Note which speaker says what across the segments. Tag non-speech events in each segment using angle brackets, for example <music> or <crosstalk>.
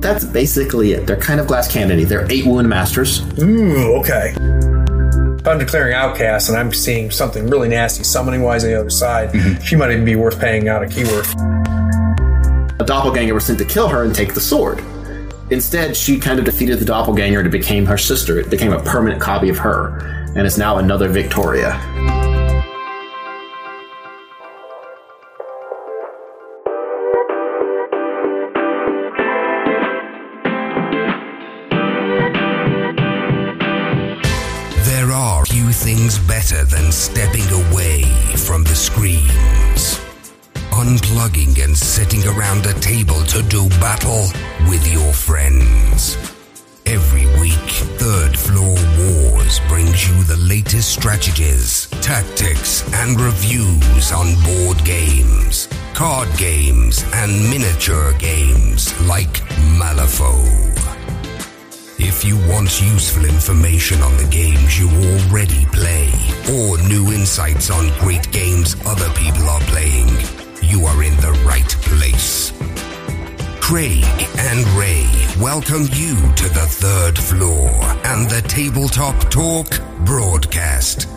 Speaker 1: that's basically it. They're kind of glass cannony. They're eight wound masters.
Speaker 2: Ooh, okay. If I'm declaring outcast and I'm seeing something really nasty, summoning wise on the other side, she might even be worth paying out a keyword.
Speaker 1: A doppelganger was sent to kill her and take the sword. Instead, she kind of defeated the doppelganger and it became her sister. It became a permanent copy of her, and is now another Victoria.
Speaker 3: There are few things better than stepping away from the screens. Unplugging and sitting around a table to do battle with your friends. Every week, Third Floor Wars brings you the latest strategies, tactics, and reviews on board games, card games, and miniature games like Malifaux. If you want useful information on the games you already play, or new insights on great games other people are playing, you are in the right place. Craig and Ray welcome you to the third floor and the Tabletop Talk broadcast.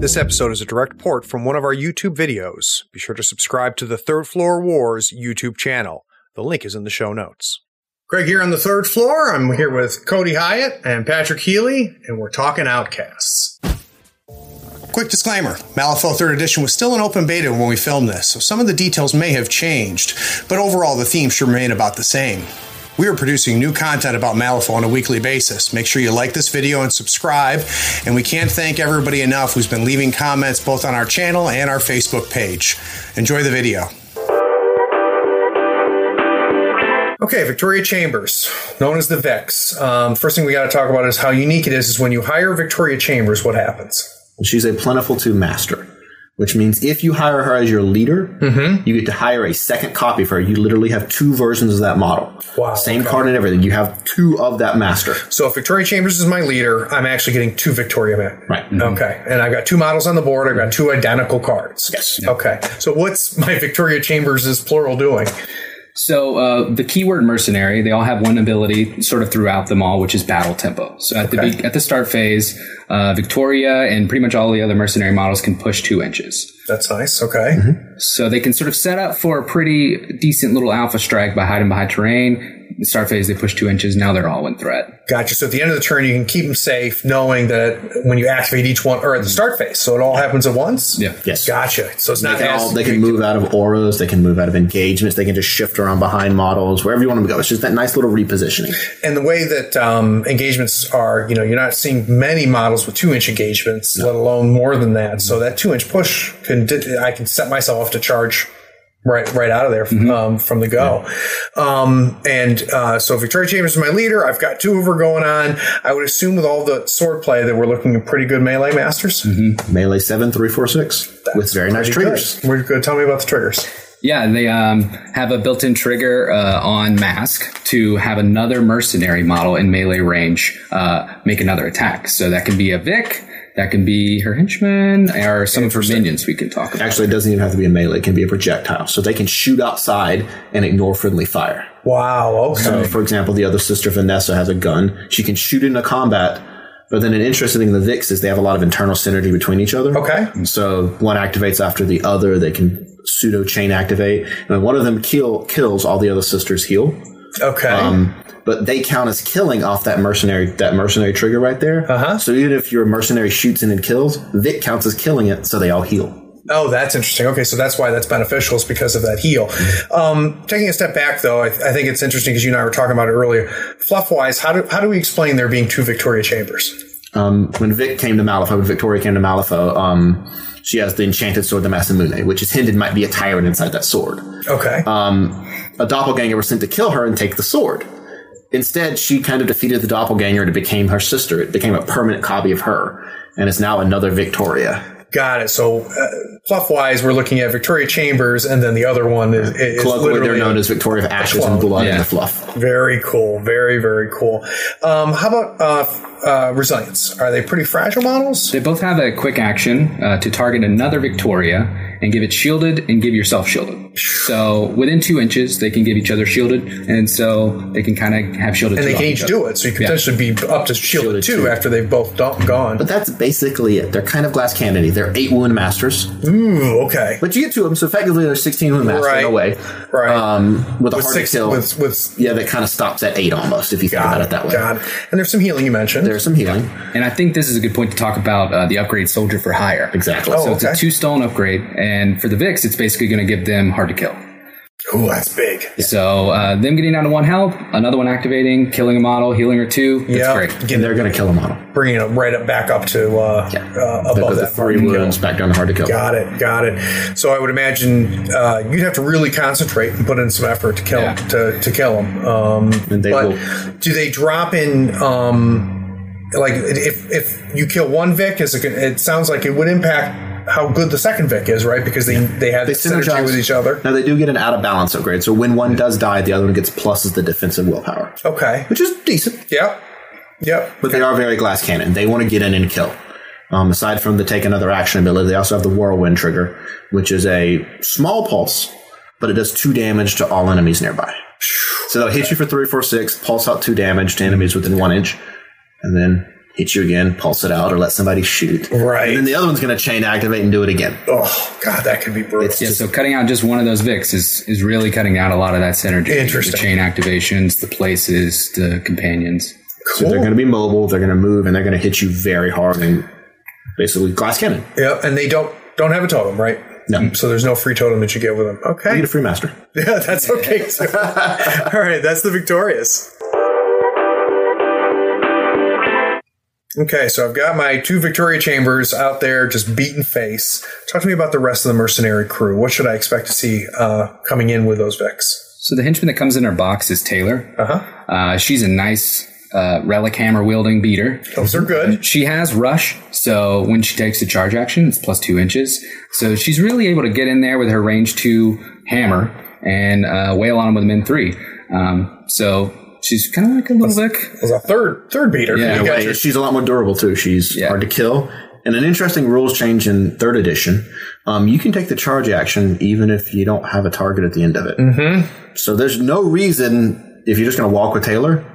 Speaker 2: This episode is a direct port from one of our YouTube videos. Be sure to subscribe to the Third Floor Wars YouTube channel. The link is in the show notes. Greg here on the third floor. I'm here with Cody Hyatt and Patrick Healy, and we're talking Outcasts. Quick disclaimer Malifaux 3rd Edition was still in open beta when we filmed this, so some of the details may have changed, but overall the theme should remain about the same. We are producing new content about Malifaux on a weekly basis. Make sure you like this video and subscribe, and we can't thank everybody enough who's been leaving comments both on our channel and our Facebook page. Enjoy the video. Okay, Victoria Chambers, known as the Vex. Um, first thing we got to talk about is how unique it is. Is when you hire Victoria Chambers, what happens?
Speaker 1: She's a plentiful to master, which means if you hire her as your leader, you get to hire a second copy of her. You literally have two versions of that model.
Speaker 2: Wow,
Speaker 1: Same card and everything. You have two of that master.
Speaker 2: So if Victoria Chambers is my leader, I'm actually getting two Victoria men.
Speaker 1: Right.
Speaker 2: Okay, and I've got two models on the board. I've got two identical cards. Yes. Okay. So what's my Victoria Chambers' plural doing?
Speaker 4: So uh, the keyword mercenary, they all have one ability sort of throughout them all, which is battle tempo. So at the be- at the start phase, uh, Victoria and pretty much all the other mercenary models can push two inches.
Speaker 2: That's nice. Okay.
Speaker 4: So they can sort of set up for a pretty decent little alpha strike by hiding behind terrain. The start phase, they push two inches. Now they're all one threat.
Speaker 2: Gotcha. So at the end of the turn, you can keep them safe, knowing that when you activate each one, or at the start phase, so it all happens at once.
Speaker 4: Yeah.
Speaker 1: Yes.
Speaker 2: Gotcha. So it's
Speaker 1: They
Speaker 2: not
Speaker 1: can, all,
Speaker 2: nasty.
Speaker 1: they can move out of auras, they can move out of engagements, they can just shift around behind models, wherever you want them to go. It's just that nice little repositioning.
Speaker 2: and the way that um, engagements are, you know, you're not seeing many models with two inch engagements, let alone more than that. So
Speaker 1: Mm-hmm.
Speaker 2: that two inch push can di- I can set myself off to charge right right out of there
Speaker 1: Mm-hmm.
Speaker 2: um, from the go. Um, and uh, so Victoria Chambers is my leader. I've got two of her going on. I would assume with all the sword play that we're looking at pretty good melee masters.
Speaker 1: Melee 7346 with very nice
Speaker 2: Pretty good.
Speaker 1: triggers.
Speaker 2: We're good. Tell me about the triggers.
Speaker 4: Yeah, they um, have a built-in trigger uh, on mask to have another mercenary model in melee range uh, make another attack. So that can be a Vic, that can be her henchman, or some of her minions. We can talk about.
Speaker 1: Actually, it doesn't even have to be a melee, it can be a projectile. So they can shoot outside and ignore friendly fire.
Speaker 2: Wow. Okay.
Speaker 1: So, for example, the other sister Vanessa has a gun. She can shoot into combat, but then an interesting thing in the VIX is they have a lot of internal synergy between each other.
Speaker 2: Okay.
Speaker 1: So one activates after the other. They can pseudo chain activate, and when one of them kill kills, all the other sisters heal.
Speaker 2: Okay.
Speaker 1: Um, but they count as killing off that mercenary that mercenary trigger right there. Uh-huh. So even if your mercenary shoots in and kills, Vic counts as killing it, so they all heal.
Speaker 2: Oh, that's interesting. Okay, so that's why that's beneficial is because of that heal. Um, taking a step back, though, I, I think it's interesting because you and I were talking about it earlier. Fluff wise, how do how do we explain there being two Victoria Chambers?
Speaker 1: Um, when Vic came to Malifaux, when Victoria came to Malifaux, um, she has the enchanted sword, the Masamune, which is hinted might be a tyrant inside that sword.
Speaker 2: Okay,
Speaker 1: a doppelganger was sent to kill her and take the sword. Instead, she kind of defeated the doppelganger and it became her sister. It became a permanent copy of her, and is now another Victoria.
Speaker 2: got it. So uh, fluff-wise, we're looking at Victoria Chambers, and then the other one is, is
Speaker 1: Colloquially, they're
Speaker 2: literally-
Speaker 1: known as Victoria of Ashes
Speaker 2: club.
Speaker 1: and Blood
Speaker 4: Yeah.
Speaker 1: and the Fluff.
Speaker 2: Very cool. Very, very cool. Um, how about uh, f- uh, resilience? Are they pretty fragile models?
Speaker 4: They both have a quick action uh, to target another Victoria and give it shielded and give yourself shielded. So within two inches, they can give each other shielded, and so they can kind of have shielded.
Speaker 2: And
Speaker 4: two
Speaker 2: they
Speaker 4: off
Speaker 2: can
Speaker 4: each
Speaker 2: each
Speaker 4: other.
Speaker 2: do it, so you could potentially be up to
Speaker 1: E
Speaker 2: shielded, E two after they've both do- gone.
Speaker 1: But that's basically it. They're kind of glass cannony. They're eight wound masters,
Speaker 2: Ooh, okay.
Speaker 1: but you get to them, so effectively they're sixteen wound masters
Speaker 2: Right.
Speaker 1: in a way.
Speaker 2: Right.
Speaker 1: Um, with a
Speaker 2: with
Speaker 1: hard
Speaker 2: six,
Speaker 1: to kill.
Speaker 2: with with
Speaker 1: yeah, that kind of stops at eight almost if you think about it that way.
Speaker 2: God. And there's some healing you mentioned.
Speaker 1: There's some healing.
Speaker 4: And I think this is a good point to talk about uh, the upgrade soldier for hire.
Speaker 1: Exactly.
Speaker 2: Oh.
Speaker 4: So it's a
Speaker 2: okay.
Speaker 4: two stone upgrade, and for the Vix, it's basically going to give them hard to kill.
Speaker 2: Ooh, that's big.
Speaker 4: So uh, them getting down to one health, another one activating, killing a model, healing her two. That's
Speaker 2: Yeah,
Speaker 4: great.
Speaker 1: and they're going to kill them all.
Speaker 2: bringing it right up back up to uh,
Speaker 1: Yeah.
Speaker 2: uh,
Speaker 1: That
Speaker 2: above
Speaker 1: goes to
Speaker 2: that
Speaker 1: three
Speaker 2: mark.
Speaker 1: wounds back down to hard to kill.
Speaker 2: Got it, got it. So I would imagine uh, you'd have to really concentrate and put in some effort to kill
Speaker 4: Yeah.
Speaker 2: to, to kill them. Um,
Speaker 1: And they
Speaker 2: but
Speaker 1: will-
Speaker 2: do they drop in? Um, like if if you kill one Vic, is it, gonna- it sounds like it would impact how good the second Vic is, right? Because they they had
Speaker 1: They
Speaker 2: synergy
Speaker 1: synergize
Speaker 2: with each other.
Speaker 1: Now they do get an out of balance upgrade, so when one does die, the other one gets pluses the defensive willpower,
Speaker 2: Okay.
Speaker 1: which is decent.
Speaker 2: Yep. Yep.
Speaker 1: But they are very glass cannon. They want to get in and kill. Um, aside from the take another action ability, they also have the whirlwind trigger, which is a small pulse, but it does two damage to all enemies nearby. So they'll hit you for three, four, six, pulse out two damage to enemies within one inch, and then hit you again, pulse it out, or let somebody shoot.
Speaker 2: Right.
Speaker 1: And then the other one's going to chain activate and do it again.
Speaker 2: Oh God, that could be brutal.
Speaker 1: It's
Speaker 4: Yeah,
Speaker 1: just
Speaker 4: so cutting out just one of those Vix is, is really cutting out a lot of that synergy.
Speaker 2: Interesting.
Speaker 4: The chain activations, the places, the companions.
Speaker 1: So they're going to be mobile. They're going to move, and they're going to hit you very hard and basically glass cannon.
Speaker 2: Yep, and they don't don't have a totem, right?
Speaker 1: No.
Speaker 2: So there's no free totem that you get with them.
Speaker 1: You
Speaker 2: Okay.
Speaker 1: get a free master.
Speaker 2: Yeah, that's okay. too. <laughs> All right, that's the victorious. Okay, so I've got my two Victoria Chambers out there, just beaten face. Talk to me about the rest of the mercenary crew. What should I expect to see uh, coming in with those Vex?
Speaker 4: So the henchman that comes in our box is Taylor. Uh-huh. she's a nice uh, relic hammer wielding beater.
Speaker 2: Those are
Speaker 1: Mm-hmm.
Speaker 2: good.
Speaker 4: She has rush, so when she takes the charge action, it's plus two inches. So she's really able to get in there with her range two hammer and uh, wail on him with min three. Um, so she's kind of like a little Vic.
Speaker 2: There's a third third beater.
Speaker 4: Yeah,
Speaker 2: You got
Speaker 1: Anyway,
Speaker 2: your-
Speaker 1: she's a lot more durable too. She's
Speaker 4: Yeah.
Speaker 1: hard to kill. And an interesting rules change in third edition. Um, you can take the charge action even if you don't have a target at the end of it. Mm-hmm. So there's no reason if you're just going to walk with Taylor,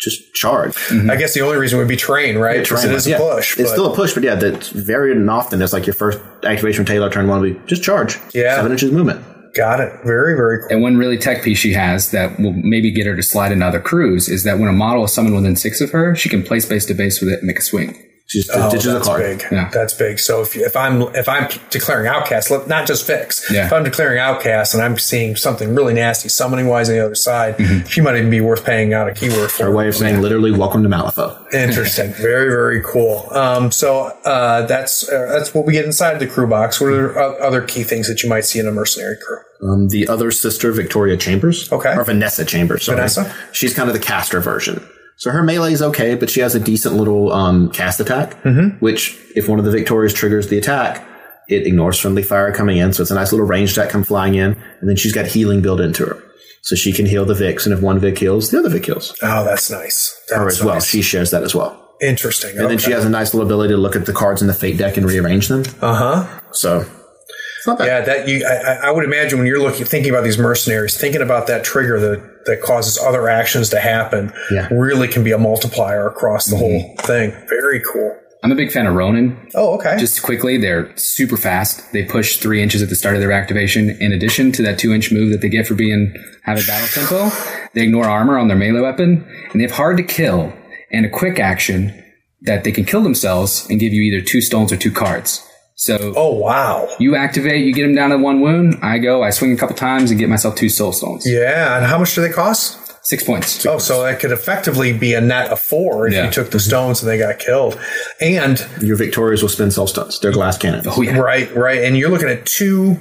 Speaker 1: just charge.
Speaker 2: I guess the only reason would be terrain, right? Mm-hmm. Because it is
Speaker 1: Mm-hmm. Yeah.
Speaker 2: a push.
Speaker 1: It's
Speaker 2: but-
Speaker 1: still a push, but yeah, that's very often that's like your first activation with Taylor turn one will be just charge.
Speaker 2: Yeah.
Speaker 1: seven inches movement.
Speaker 2: got it. Very very cool.
Speaker 4: And one really tech piece she has that will maybe get her to slide into other crews is that when a model is summoned within six of her, she can place base to base with it and make a swing.
Speaker 1: She's
Speaker 2: Oh,
Speaker 1: ditches a
Speaker 2: that's
Speaker 1: card.
Speaker 2: big.
Speaker 4: Yeah.
Speaker 2: That's big. So if, if I'm if I'm declaring outcast, let- not just fix.
Speaker 4: Yeah.
Speaker 2: If I'm declaring outcast and I'm seeing something really nasty, summoning wise on the other side,
Speaker 1: Mm-hmm.
Speaker 2: she might even be worth paying out a keyword for.
Speaker 1: Her way of saying literally welcome to Malifaux.
Speaker 2: <laughs> Interesting. very very cool. Um, so uh, that's uh, that's what we get inside the crew box. What
Speaker 1: Mm-hmm.
Speaker 2: are o- other key things that you might see in a mercenary crew?
Speaker 1: Um, the other sister, Victoria Chambers.
Speaker 2: Okay.
Speaker 1: Or Vanessa Chambers. Sorry.
Speaker 2: Vanessa?
Speaker 1: She's kind of the caster version. So her melee is okay, but she has a decent little um, cast attack,
Speaker 2: Mm-hmm.
Speaker 1: which, if one of the Victorias triggers the attack, it ignores friendly fire coming in. So it's a nice little range attack come flying in. And then she's got healing built into her. So she can heal the Vix. And if one Vic heals, the other Vic heals
Speaker 2: Oh, that's nice. That's
Speaker 1: her as well.
Speaker 2: nice.
Speaker 1: She shares that as well.
Speaker 2: Interesting.
Speaker 1: And then she has a nice little ability to look at the cards in the fate deck and rearrange them.
Speaker 2: uh huh.
Speaker 1: So it's not bad.
Speaker 2: Yeah, that you. I, I- I would imagine when you're looking, thinking about these mercenaries, thinking about that trigger that that causes other actions to happen,
Speaker 1: Yeah.
Speaker 2: really can be a multiplier across the whole thing. Very cool.
Speaker 4: I'm a big fan of Ronin.
Speaker 2: Oh, okay.
Speaker 4: Just quickly, they're super fast. They push three inches at the start of their activation. In addition to that two inch move that they get for being having battle tempo, they ignore armor on their melee weapon, and they have hard to kill and a quick action that they can kill themselves and give you either two stones or two cards. So
Speaker 2: oh, wow.
Speaker 4: you activate, you get him down to one wound. I go, I swing a couple times and get myself two soul stones.
Speaker 2: Yeah, and how much do they cost?
Speaker 4: Six points.
Speaker 2: Oh, so that could effectively be a net of four if
Speaker 4: Yeah.
Speaker 2: you took the stones and they got killed. And
Speaker 1: Your Victorias will spin soul stunts. They're glass cannons.
Speaker 4: Oh, yeah.
Speaker 2: right, right, and you're looking at two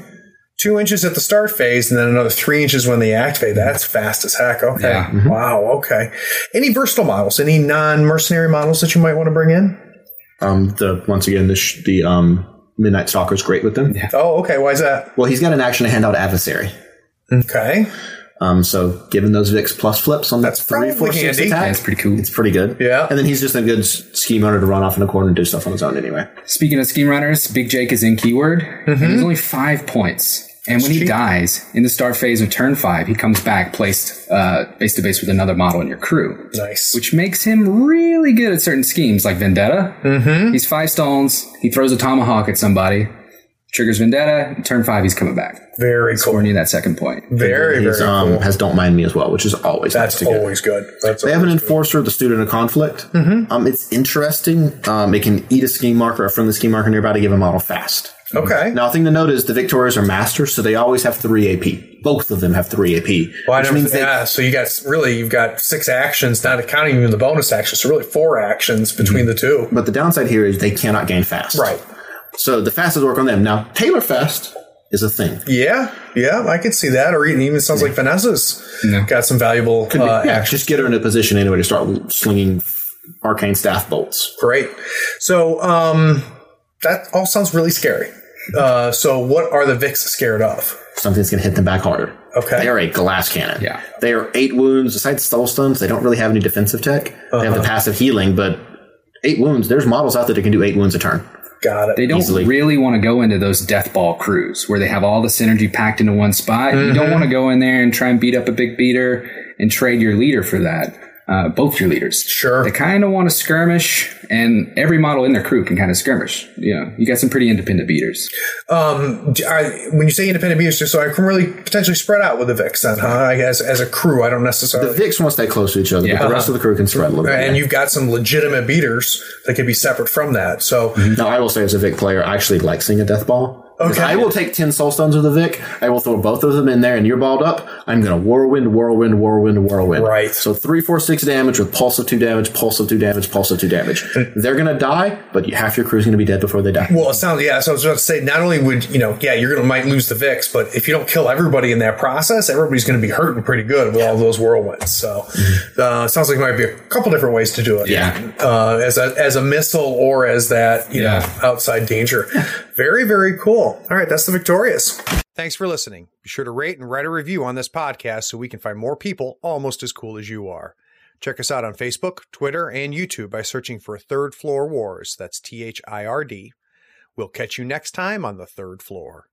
Speaker 2: two inches at the start phase, and then another three inches when they activate. That's fast as heck. Okay,
Speaker 4: Yeah.
Speaker 2: wow. Okay, any versatile models? Any non mercenary models that you might want to bring in?
Speaker 1: Um, the once again the sh- the um Midnight Stalker's great with them. Yeah.
Speaker 5: Oh, okay. Why is that?
Speaker 1: Well, he's got an action to hand out adversary.
Speaker 5: Okay.
Speaker 1: Um, so giving those Vix plus flips on
Speaker 5: That's
Speaker 1: the three,
Speaker 5: probably
Speaker 1: four, six
Speaker 5: handy.
Speaker 1: attack,
Speaker 4: That's pretty cool.
Speaker 1: it's pretty good.
Speaker 5: Yeah.
Speaker 1: And then he's just a good s- scheme owner to run off in a corner and do stuff on his own anyway.
Speaker 4: Speaking of scheme runners, Big Jake is in keyword. And there's only five points. And when he dies in the start phase of turn five, he comes back placed uh, base to base with another model in your crew,
Speaker 5: Nice.
Speaker 4: which makes him really good at certain schemes like Vendetta. Mm-hmm. He's five stones. He throws a tomahawk at somebody, triggers Vendetta. Turn five, he's coming back.
Speaker 5: very cool.
Speaker 4: Or near that second point.
Speaker 5: Very,
Speaker 1: He's
Speaker 5: very
Speaker 1: um,
Speaker 5: cool.
Speaker 1: has Don't Mind Me as well, which is always nice
Speaker 5: That's
Speaker 1: to get.
Speaker 5: always good. That's
Speaker 1: They have an
Speaker 5: always
Speaker 1: enforcer, the student of conflict. Mm-hmm. Um, it's interesting. Um, it can eat a scheme marker or from the scheme marker nearby to give a model fast.
Speaker 5: Okay.
Speaker 1: Now, a thing to note is the Victorias are masters, so they always have three AP. Both of them have three AP,
Speaker 5: Well, I
Speaker 1: which
Speaker 5: never-
Speaker 1: means they
Speaker 5: yeah, so you got really you've got six actions, not counting even the bonus actions. So really four actions between the two.
Speaker 1: But the downside here is they cannot gain fast.
Speaker 5: Right.
Speaker 1: So the fast is work on them. Now, Taylor Fast is a thing.
Speaker 5: Yeah, yeah, I could see that. Or even even sounds like Vanessa's got some valuable uh,
Speaker 1: yeah,
Speaker 5: actions.
Speaker 1: just get her in a position anyway to start slinging arcane staff bolts.
Speaker 5: Great. So um, that all sounds really scary. Uh, so what are the Vix scared of?
Speaker 1: Something's going to hit them back harder.
Speaker 5: Okay.
Speaker 1: They are a glass cannon.
Speaker 4: Yeah.
Speaker 1: They are eight wounds. Besides soul stones, they don't really have any defensive tech. They
Speaker 5: Uh-huh.
Speaker 1: have the passive healing, but eight wounds. There's models out there that can do eight wounds a turn.
Speaker 5: Got it.
Speaker 4: They don't
Speaker 1: Easily.
Speaker 4: really want to go into those death ball crews where they have all the synergy packed into one spot. You don't want to go in there and try and beat up a big beater and trade your leader for that. Uh, both your leaders.
Speaker 5: Sure.
Speaker 4: They kind of want to skirmish, and every model in their crew can kind of skirmish. You know, you got some pretty independent beaters.
Speaker 5: Um, do- I, when you say independent music, so I can really potentially spread out with the Vix then, huh? I guess as a crew, I don't
Speaker 1: The
Speaker 5: necessarily.
Speaker 1: Vix want to stay close to each other, but the rest of the crew can spread a little bit.
Speaker 5: and
Speaker 1: yeah.
Speaker 5: you've got some legitimate beaters that could be separate from that. So
Speaker 1: Now, I will say, as a Vic player, I actually like seeing a death ball. Because
Speaker 5: Okay.
Speaker 1: I will take 10 soul stones with a Vic. I will throw both of them in there, and you're balled up. I'm going to whirlwind, whirlwind, whirlwind, whirlwind.
Speaker 5: Right.
Speaker 1: So three, four, six damage with pulse of two damage, pulse of two damage, pulse of two
Speaker 5: <laughs>
Speaker 1: damage. They're going to die, but half your crew's going to be dead before they die.
Speaker 5: Well, it sounds yeah. So I was about to say, not only would you know, yeah, you're gonna might lose the VIX, but if you don't kill everybody in that process, everybody's gonna be hurting pretty good with all those whirlwinds. So, uh, sounds like there might be a couple different ways to do it.
Speaker 1: Yeah.
Speaker 5: uh, as a as a missile or as that you
Speaker 4: Yeah.
Speaker 5: know outside danger. very very cool. All right, that's the victorious. Thanks for listening. Be sure to rate and write a review on this podcast so we can find more people almost as cool as you are. Check us out on Facebook, Twitter, and YouTube by searching for Third Floor Wars. That's T H I R D We'll catch you next time on the third floor.